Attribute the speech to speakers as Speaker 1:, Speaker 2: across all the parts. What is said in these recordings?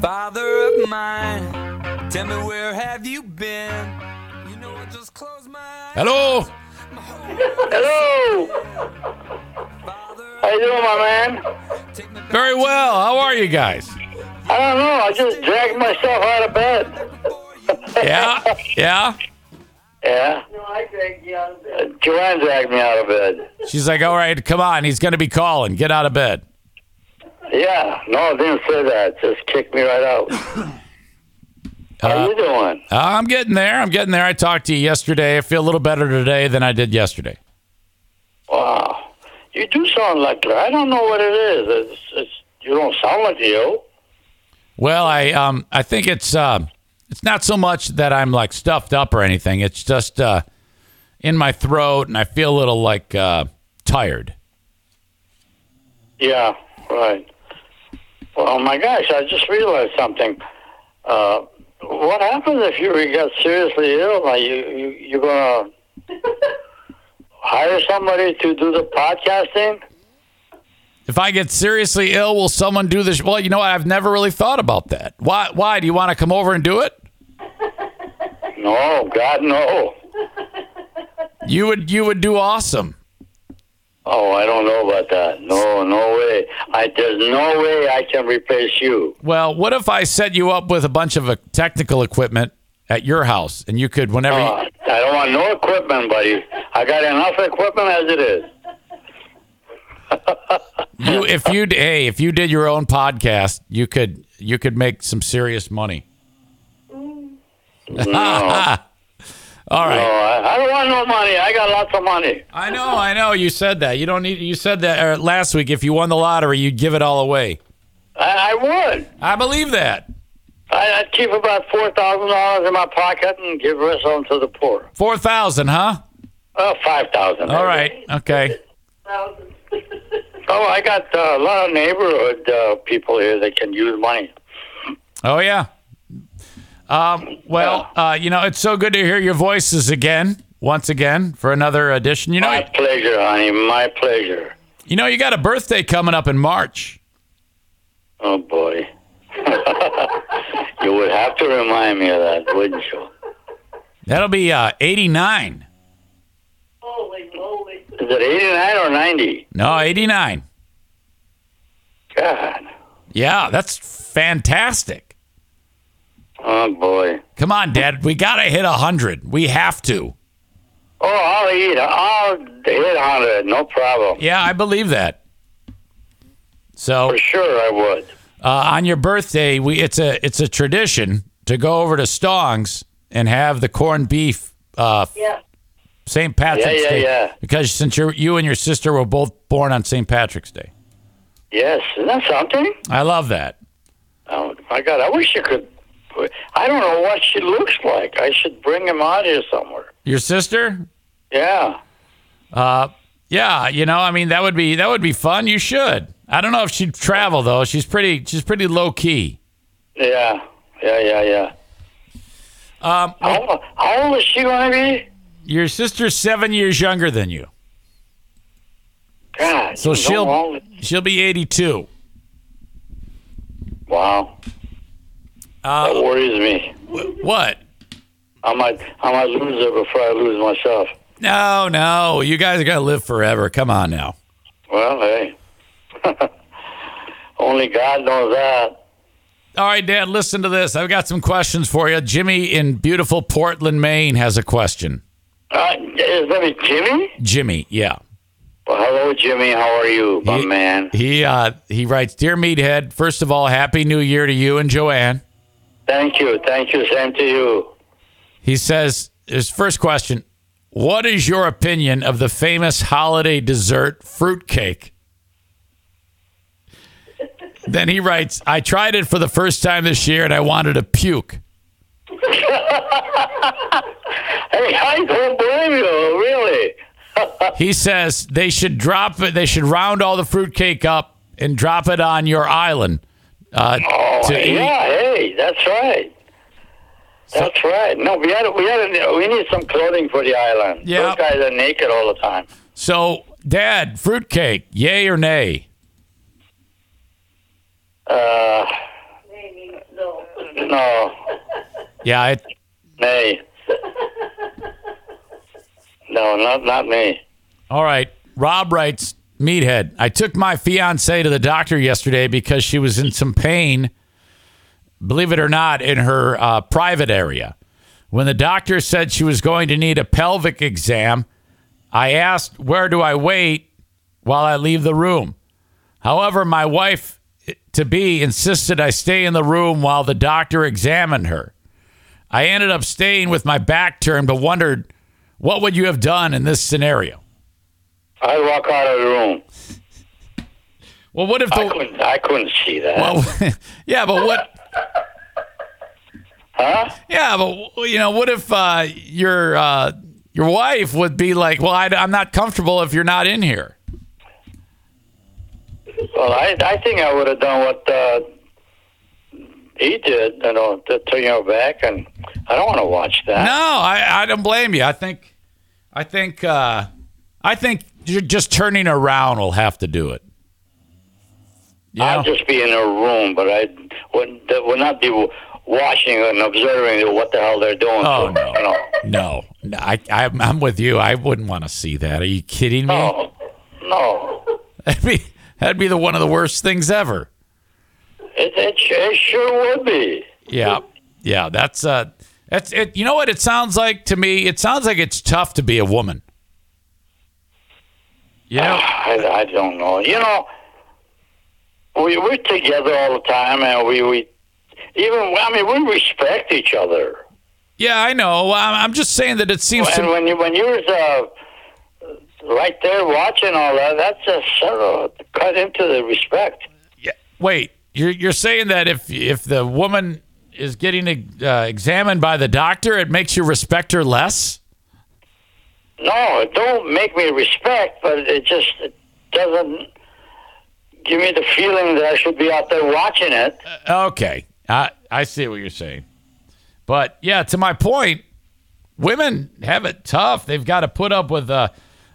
Speaker 1: Father of mine, tell me where have you been? You know, I just close my eyes.
Speaker 2: Hello.
Speaker 1: My whole world
Speaker 3: Hello.
Speaker 1: is Father,
Speaker 3: How you doing, my man?
Speaker 1: take me back
Speaker 2: Very well. How are you guys?
Speaker 3: I don't know. I just dragged myself out of bed.
Speaker 1: before you.
Speaker 2: Yeah. Yeah.
Speaker 3: Yeah. No, I dragged you out of bed. Joanne dragged me out of bed.
Speaker 2: She's like, all right, come on. He's going to be calling. Get out of bed.
Speaker 3: Yeah. No, I didn't say that. Just kicked me right out. How you doing?
Speaker 2: Uh, I'm getting there. I'm getting there. I talked to you yesterday. I feel a little better today than I did yesterday.
Speaker 3: Wow. You do sound like her. I don't know what it is. It's, it's, you don't sound like you.
Speaker 2: Well, I um I think it's um it's not so much that I'm like stuffed up or anything. It's just uh in my throat and I feel a little like uh tired.
Speaker 3: Yeah, right. Well, oh my gosh, I just realized something. Uh, what happens if you got seriously ill? Like you, you, you're gonna hire somebody to do the podcasting?
Speaker 2: If I get seriously ill, will someone do this? Well, you know what? I've never really thought about that. Why why do you want to come over and do it?
Speaker 3: No, God, no.
Speaker 2: You would you would do awesome.
Speaker 3: Oh, I don't know about that. No, no way. I, there's no way I can replace you.
Speaker 2: Well, what if I set you up with a bunch of uh, technical equipment at your house and you could whenever you-
Speaker 3: Uh, I don't want no equipment, buddy. I got enough equipment as it is.
Speaker 2: you if you d- hey, if you did your own podcast, you could you could make some serious money.
Speaker 3: No,
Speaker 2: All
Speaker 3: no
Speaker 2: right.
Speaker 3: I, I don't want no money. I got lots of money.
Speaker 2: I know, I know. You said that. You don't need. You said that uh, last week. If you won the lottery, you'd give it all away.
Speaker 3: I, I would.
Speaker 2: I believe that.
Speaker 3: I, I keep about four thousand dollars in my pocket and give the rest of them to the poor.
Speaker 2: Four thousand, huh?
Speaker 3: Uh, five thousand.
Speaker 2: All right. Okay.
Speaker 3: Oh, I got uh, a lot of neighborhood uh, people here that can use money.
Speaker 2: Oh yeah. Um, well, uh, you know, it's so good to hear your voices again, once again, for another edition. You
Speaker 3: My
Speaker 2: know,
Speaker 3: pleasure, honey. My pleasure.
Speaker 2: you know, you got a birthday coming up in March.
Speaker 3: Oh boy. you would have to remind me of that, wouldn't you?
Speaker 2: That'll be uh, eighty-nine.
Speaker 3: Is it eighty-nine or ninety?
Speaker 2: No, eighty-nine.
Speaker 3: God.
Speaker 2: Yeah, that's fantastic.
Speaker 3: Oh boy.
Speaker 2: Come on, Dad. We gotta hit hundred. We have to.
Speaker 3: Oh, I'll eat. I'll hit hundred. No problem.
Speaker 2: Yeah, I believe that. So
Speaker 3: For sure, I would.
Speaker 2: uh, on your birthday, we it's a it's a tradition to go over to Stong's and have the corned beef. Uh,
Speaker 4: Yeah.
Speaker 2: St. Patrick's
Speaker 3: Yeah, yeah,
Speaker 2: Day.
Speaker 3: yeah.
Speaker 2: Because since you you and your sister were both born on St. Patrick's Day,
Speaker 3: Yes, isn't that something?
Speaker 2: I love that.
Speaker 3: Oh my God! I wish you could. I don't know what she looks like. I should bring him out here somewhere.
Speaker 2: Your sister?
Speaker 3: Yeah.
Speaker 2: Yeah, you know, I mean, that would be that would be fun. You should. I don't know if she'd travel though. She's pretty. She's pretty low key.
Speaker 3: Yeah. Yeah. Yeah. Yeah.
Speaker 2: Um,
Speaker 3: How, how old is she going to be?
Speaker 2: your sister's seven years younger than you,
Speaker 3: God.
Speaker 2: so
Speaker 3: you know
Speaker 2: she'll
Speaker 3: all-
Speaker 2: she'll be eighty two.
Speaker 3: Wow.
Speaker 2: Uh,
Speaker 3: that worries me.
Speaker 2: What?
Speaker 3: I might. I might lose her before I lose myself.
Speaker 2: No, no. You guys are going to live forever. Come on now.
Speaker 3: Well, hey. Only God knows that.
Speaker 2: All right, Dad, listen to this. I've got some questions for you. Jimmy in beautiful Portland, Maine has a question.
Speaker 3: Uh, is that it, Jimmy?
Speaker 2: Jimmy, yeah.
Speaker 3: Well, hello, Jimmy. How are you, my
Speaker 2: He-
Speaker 3: man?
Speaker 2: He uh he writes, "Dear Meathead, first of all, happy new year to you and Joanne."
Speaker 3: Thank you. Thank you. Same to you.
Speaker 2: He says, his first question, "What is your opinion of the famous holiday dessert fruitcake?" Then he writes, "I tried it for the first time this year and I wanted to puke."
Speaker 3: Hey, I don't believe you. Really.
Speaker 2: He says they should drop it. They should round all the fruitcake up and drop it on your island uh, to eat.
Speaker 3: Oh, Yeah, hey, that's right. That's right. No, we had we had we need some clothing for the island.
Speaker 2: Yeah.
Speaker 3: Those guys are naked all the time.
Speaker 2: So, Dad, fruitcake, yay or nay?
Speaker 3: Uh,
Speaker 2: Yeah, it,
Speaker 3: Nay. no, not not me.
Speaker 2: All right. Rob writes, Meathead, I took my fiance to the doctor yesterday because she was in some pain, believe it or not, in her uh, private area. When the doctor said she was going to need a pelvic exam, I asked, Where do I wait while I leave the room? However, my wife eh, to be insisted I stay in the room while the doctor examined her. I ended up staying with my back turned, but wondered, What would you have done in this scenario?
Speaker 3: I walk out of the room.
Speaker 2: Well, what if
Speaker 3: I
Speaker 2: the
Speaker 3: couldn't. I couldn't see that.
Speaker 2: well, yeah, but what?
Speaker 3: huh?
Speaker 2: Yeah, but you know, what if uh, your uh, your wife would be like, "Well, I, am not comfortable if you're not in here."
Speaker 3: Well, I I think I would have done what uh, he did. You know, to turn your back, and I don't want to watch that.
Speaker 2: No, I, I don't blame you. I think, I think, uh, I think you're just turning around will have to do it. Yeah,
Speaker 3: I'd just be in a room, but I would, that would not be watching and observing what the hell they're doing.
Speaker 2: Oh, no.
Speaker 3: You know.
Speaker 2: no, no, I, I, I'm with you. I wouldn't want to see that. Are you kidding me?
Speaker 3: No, no.
Speaker 2: That'd be that'd be the one of the worst things ever.
Speaker 3: It, it, su- it sure would be.
Speaker 2: Yeah, yeah. That's uh, that's it. You know what it sounds like to me? It sounds like it's tough to be a woman. You know,
Speaker 3: I, I don't know. You know, we we're together all the time, and we we even I mean we respect each other.
Speaker 2: yeah, I know. Well, I'm I'm just saying that it seems
Speaker 3: And
Speaker 2: to.
Speaker 3: when you when you was uh, right there watching all that, that's just sort of cut into the respect.
Speaker 2: Wait, you're you're saying that if if the woman is getting uh, examined by the doctor, it makes you respect her less.
Speaker 3: No, it don't make me respect, but it just it doesn't give me the feeling that I should be out there watching it.
Speaker 2: Okay, I I see what you're saying, but yeah, to my point, women have it tough. They've got to put up with uh,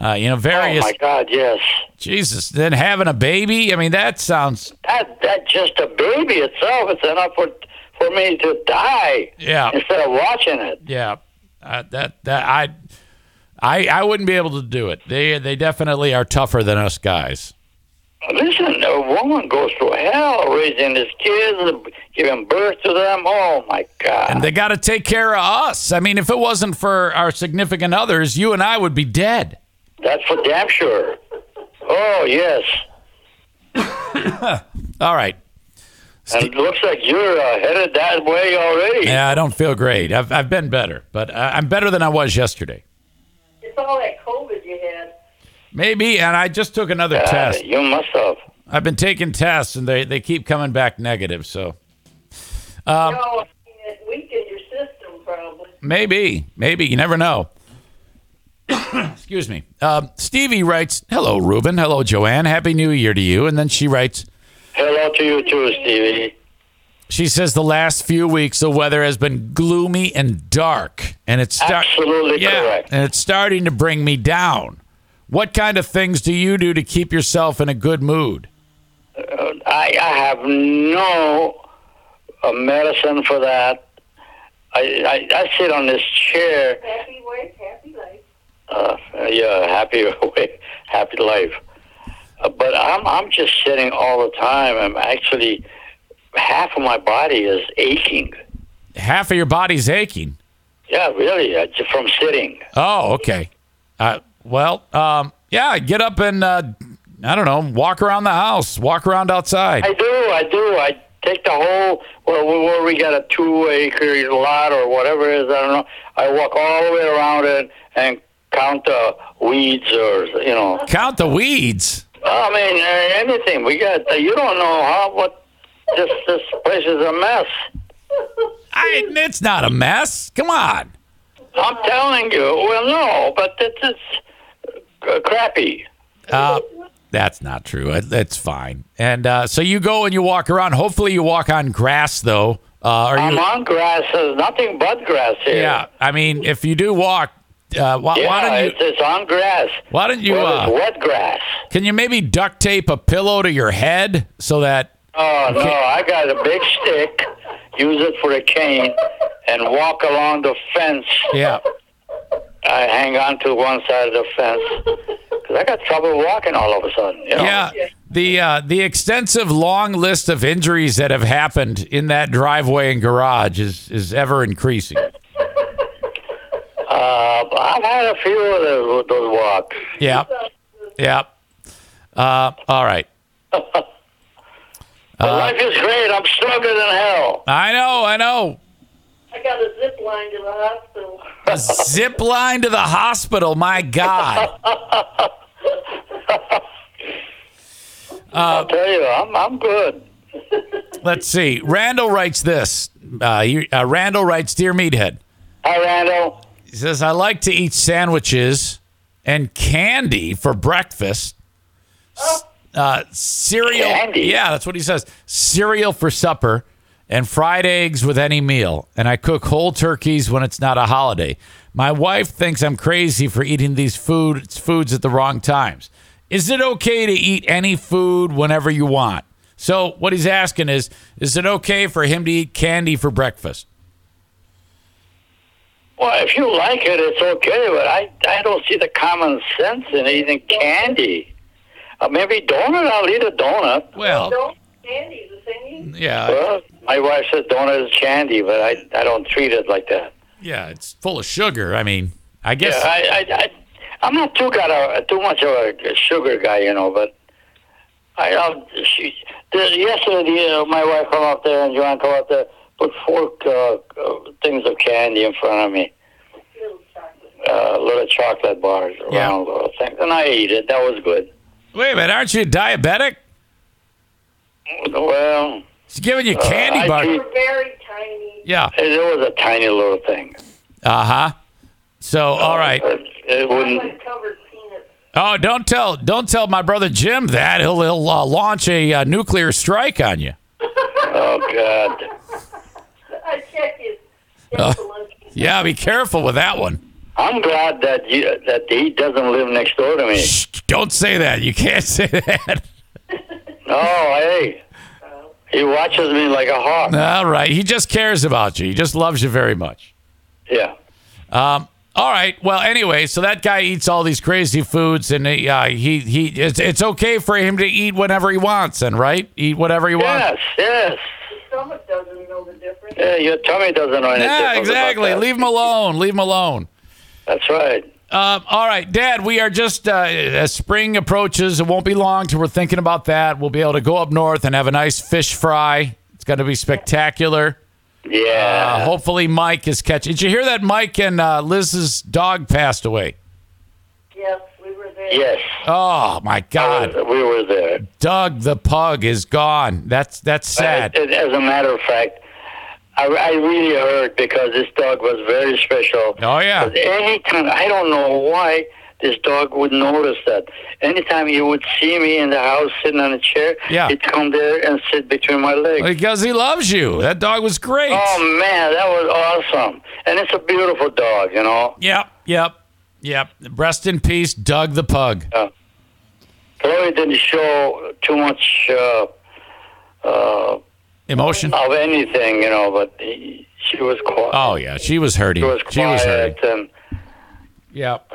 Speaker 2: uh, you know,
Speaker 3: Oh
Speaker 2: various
Speaker 3: my God, yes.
Speaker 2: Jesus, then having a baby? I mean, that sounds
Speaker 3: That that just a baby itself is enough for for me to die
Speaker 2: yeah,
Speaker 3: instead of watching it.
Speaker 2: yeah. Uh, that that I I I wouldn't be able to do it. They they definitely are tougher than us guys.
Speaker 3: Listen, a woman goes through hell raising his kids, giving birth to them. Oh my God.
Speaker 2: And they got to take care of us. I mean, if it wasn't for our significant others, you and I would be dead.
Speaker 3: That's for damn sure. Oh yes,
Speaker 2: All right.
Speaker 3: and it looks like you're uh, headed that way already.
Speaker 2: Yeah, I don't feel great. I've I've been better, but I, I'm better than I was yesterday.
Speaker 4: It's all that COVID you had.
Speaker 2: Maybe. And I just took another
Speaker 3: Uh,
Speaker 2: test.
Speaker 3: you must have.
Speaker 2: I've been taking tests, and they they keep coming back negative. So. Uh,
Speaker 4: no, it weakened your system probably.
Speaker 2: Maybe, maybe you never know. Excuse me. Um, Stevie writes, "Hello, Ruben. Hello, Joanne. Happy New Year to you." And then she writes,
Speaker 3: Hello to you too, Stevie.
Speaker 2: she says, "The last few weeks, the weather has been gloomy and dark, and it's star-
Speaker 3: Absolutely
Speaker 2: yeah,
Speaker 3: correct.
Speaker 2: and it's starting to bring me down. What kind of things do you do to keep yourself in a good mood?"
Speaker 3: I, I have no uh, medicine for that. I, I, I sit on this chair.
Speaker 4: Happy wife, happy life.
Speaker 3: Uh, yeah, happy happy life. Uh, but I'm I'm just sitting all the time. I'm actually half of my body is aching.
Speaker 2: Half of your body's aching.
Speaker 3: Yeah, really, uh, j- from sitting.
Speaker 2: Oh, okay. Uh, well, um, yeah, get up and uh, I don't know, walk around the house, walk around outside.
Speaker 3: I do, I do. I take the whole, well, we- well we got a two acre lot or whatever it is, I don't know. I walk all the way around it and count the weeds or, you know.
Speaker 2: Count the weeds.
Speaker 3: I mean, uh, anything. We got, you don't know how, what, this, this place is a mess.
Speaker 2: I, it's not a mess. Come on.
Speaker 3: I'm telling you. Well, no, but it's, it's uh, crappy.
Speaker 2: Uh, that's not true. It- It's fine. And uh, so you go and you walk around. Hopefully you walk on grass though. Uh, are
Speaker 3: I'm
Speaker 2: you?
Speaker 3: on grass. There's nothing but grass here.
Speaker 2: Yeah. I mean, if you do walk, uh, why,
Speaker 3: Yeah,
Speaker 2: why don't you?
Speaker 3: it's, it's on grass.
Speaker 2: Why don't you?
Speaker 3: Well, it's
Speaker 2: Uh,
Speaker 3: wet grass.
Speaker 2: can you maybe duct tape a pillow to your head so that?
Speaker 3: Oh no, I got a big stick. Use it for a cane, and walk along the fence.
Speaker 2: Yeah.
Speaker 3: I hang on to one side of the fence because I got trouble walking all of a sudden. You know?
Speaker 2: Yeah. The uh, the extensive long list of injuries that have happened in that driveway and garage is is ever increasing.
Speaker 3: Uh, but I've had a few of those, those walks.
Speaker 2: Yeah. Yeah. Uh, all right.
Speaker 3: But life is great. I'm stronger than hell.
Speaker 2: I know. I know.
Speaker 4: I got a zip line to the hospital.
Speaker 2: A zip line to the hospital. My God.
Speaker 3: I'll tell you, I'm I'm good.
Speaker 2: Let's see. Randall writes this. Uh, you, uh, Randall writes, "Dear Meathead."
Speaker 3: Hi, Randall.
Speaker 2: He says, I like to eat sandwiches and candy for breakfast. S- Uh, cereal.
Speaker 3: Candy?
Speaker 2: Yeah, that's what he says. Cereal for supper and fried eggs with any meal. And I cook whole turkeys when it's not a holiday. My wife thinks I'm crazy for eating these food, foods at the wrong times. Is it okay to eat any food whenever you want? So, what he's asking is, is it okay for him to eat candy for breakfast?
Speaker 3: Well, if you like it, it's okay. But I I don't see the common sense in eating candy. Uh, maybe donut. I'll eat a donut.
Speaker 2: Well,
Speaker 4: Don't candy the thing.
Speaker 2: yeah.
Speaker 3: Well, my wife says donut is candy, but I I don't treat it like that.
Speaker 2: Yeah, it's full of sugar. I mean, I
Speaker 3: Yeah,
Speaker 2: guess.
Speaker 3: I, I, I I'm not too got a, too much of a sugar guy, you know. But I um, she the, yesterday uh, my wife come up there and Joanne come up there, put four uh, uh, things of candy in front of me,
Speaker 4: Little chocolate.
Speaker 3: uh, little chocolate bars,
Speaker 2: Yeah.
Speaker 3: round little things, and I ate it. That was good.
Speaker 2: Wait a minute, aren't you diabetic?
Speaker 3: Well,
Speaker 2: She's giving you candy
Speaker 3: Uh, I
Speaker 2: bar.
Speaker 4: They
Speaker 3: do.
Speaker 4: were very tiny.
Speaker 2: Yeah.
Speaker 3: it was a tiny little thing.
Speaker 2: Uh huh. So, all right.
Speaker 3: But it wouldn't.
Speaker 4: Chocolate covered peanuts.
Speaker 2: Oh, don't tell, don't tell my brother Jim that. He'll he'll uh, launch a uh, nuclear strike on you.
Speaker 3: Oh God.
Speaker 4: I checked his insulin.
Speaker 2: Uh, Yeah, be careful with that one.
Speaker 3: I'm glad that you, that he doesn't live next door to me.
Speaker 2: Shh, don't say that. You can't say that.
Speaker 3: Oh, hey. He watches me like a hawk.
Speaker 2: All right. He just cares about you. He just loves you very much.
Speaker 3: Yeah.
Speaker 2: All right. Well, anyway, so that guy eats all these crazy foods, and he, uh, he he it's, it's okay for him to eat whenever he wants, and right, eat whatever he wants.
Speaker 3: Yes, yes.
Speaker 4: His stomach doesn't know the difference.
Speaker 3: Yeah, your tummy doesn't know anything.
Speaker 2: Yeah,
Speaker 3: about
Speaker 2: exactly.
Speaker 3: that.
Speaker 2: Leave him alone. Leave him alone.
Speaker 3: That's right.
Speaker 2: Um, all right, Dad. We are just uh, as spring approaches. It won't be long till we're thinking about that. We'll be able to go up north and have a nice fish fry. It's going to be spectacular. Uh,
Speaker 3: Yeah.
Speaker 2: hopefully, Mike is catching. Did you hear that? Mike and uh, Liz's dog passed away.
Speaker 4: Yes, we were there.
Speaker 3: yes.
Speaker 2: Oh my God.
Speaker 3: We were there.
Speaker 2: Doug the pug is gone. That's that's sad.
Speaker 3: As- as a matter of fact, I, I really hurt because this dog was very special.
Speaker 2: Oh yeah.
Speaker 3: Anytime, I don't know why this dog would notice that. Anytime he would see me in the house sitting on a chair,
Speaker 2: Yeah.
Speaker 3: he'd come there and sit between my legs.
Speaker 2: Because he loves you. That dog was great.
Speaker 3: Oh man, that was awesome! And it's a beautiful dog, you know.
Speaker 2: Yep, yep, yep. Rest in peace, Doug the pug.
Speaker 3: Chloe didn't show too much uh, uh,
Speaker 2: Emotion.
Speaker 3: of anything, you know, but he, she was quiet.
Speaker 2: Oh yeah, she was hurting.
Speaker 3: she was
Speaker 2: She was hurting.
Speaker 3: quiet, and
Speaker 2: Yep.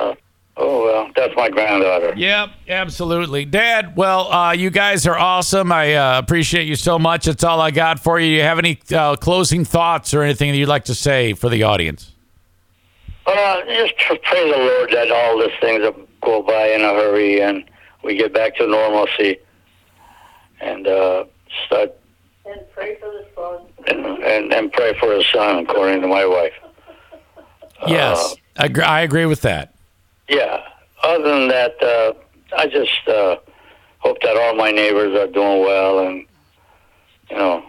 Speaker 3: oh well, that's my granddaughter.
Speaker 2: Yep, absolutely. Dad, well, uh, you guys are awesome. I uh, appreciate you so much. That's all I got for you. You have any uh, closing thoughts or anything that you'd like to say for the audience?
Speaker 3: Well, just pr- pray the Lord that all these things will go by in a hurry and we get back to normalcy and uh, start
Speaker 4: And pray for the son.
Speaker 3: and, and, and pray for his son, according to my wife.
Speaker 2: yes,
Speaker 3: Uh,
Speaker 2: I, gr- I agree with that.
Speaker 3: Yeah. Other than that, uh, I just uh, hope that all my neighbors are doing well, and you know,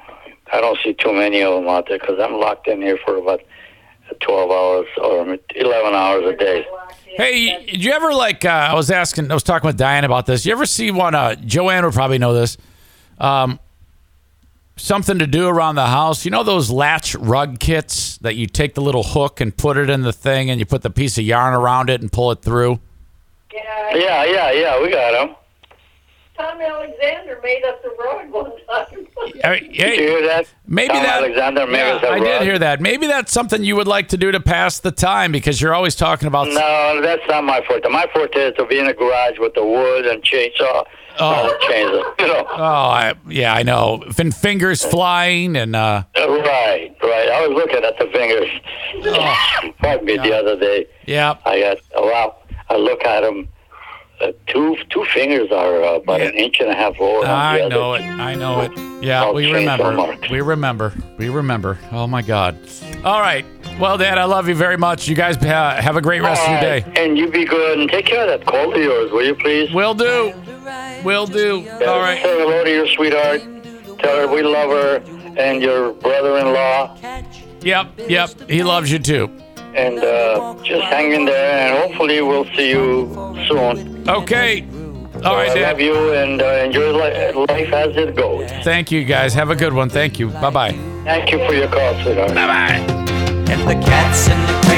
Speaker 3: I don't see too many of them out there because I'm locked in here for about twelve hours or eleven hours a day.
Speaker 2: Hey, did you ever like? Uh, I was asking, I was talking with Diane about this. You ever see one? Uh, Joanne would probably know this. Um, something to do around the house. You know those latch rug kits that you take the little hook and put it in the thing, and you put the piece of yarn around it and pull it through.
Speaker 4: Yeah,
Speaker 3: Yeah, yeah, yeah. We got them.
Speaker 4: Tom Alexander made up the road one time.
Speaker 2: I mean,
Speaker 3: Did you
Speaker 2: hey,
Speaker 3: hear that?
Speaker 2: maybe
Speaker 3: Tom
Speaker 2: that.
Speaker 3: Alexander
Speaker 2: Yeah,
Speaker 3: marries a
Speaker 2: I
Speaker 3: broad.
Speaker 2: did hear that. Maybe that's something you would like to do to pass the time because you're always talking about.
Speaker 3: No, that's not my forte. My forte is to be in the garage with the wood and chainsaw. Oh, chainsaw. You know,
Speaker 2: Oh, I, yeah, I know. Fin- fingers flying and uh,
Speaker 3: right, right. I was looking at the fingers.
Speaker 2: Oh.
Speaker 3: Pardon me, the other day.
Speaker 2: yeah.
Speaker 3: I got oh, wow. I look at them. Uh, two two fingers are uh, about an inch and a half long.
Speaker 2: I know it. I know it. Yeah,
Speaker 3: I'll
Speaker 2: we
Speaker 3: change the
Speaker 2: remember.
Speaker 3: mark.
Speaker 2: We remember. We remember. Oh my God. All right. Well, Dad, I love you very much. You guys uh, have a great rest of your day.
Speaker 3: And you be good and take care of that cold of yours, will you please?
Speaker 2: Will do. Will do. All right.
Speaker 3: Say hello to your sweetheart. Tell her we love her and your brother-in-law,
Speaker 2: Yep. Yep. He loves you too.
Speaker 3: and uh, just hang in there. And hopefully we'll see you soon.
Speaker 2: Okay. All right,
Speaker 3: I love
Speaker 2: Dad.
Speaker 3: you and uh, enjoy li- life as it goes.
Speaker 2: Thank you, guys. Have a good one. Thank you. Bye bye.
Speaker 3: Thank you for your call, sweetheart.
Speaker 2: Bye bye.
Speaker 1: And the cats in the cradle.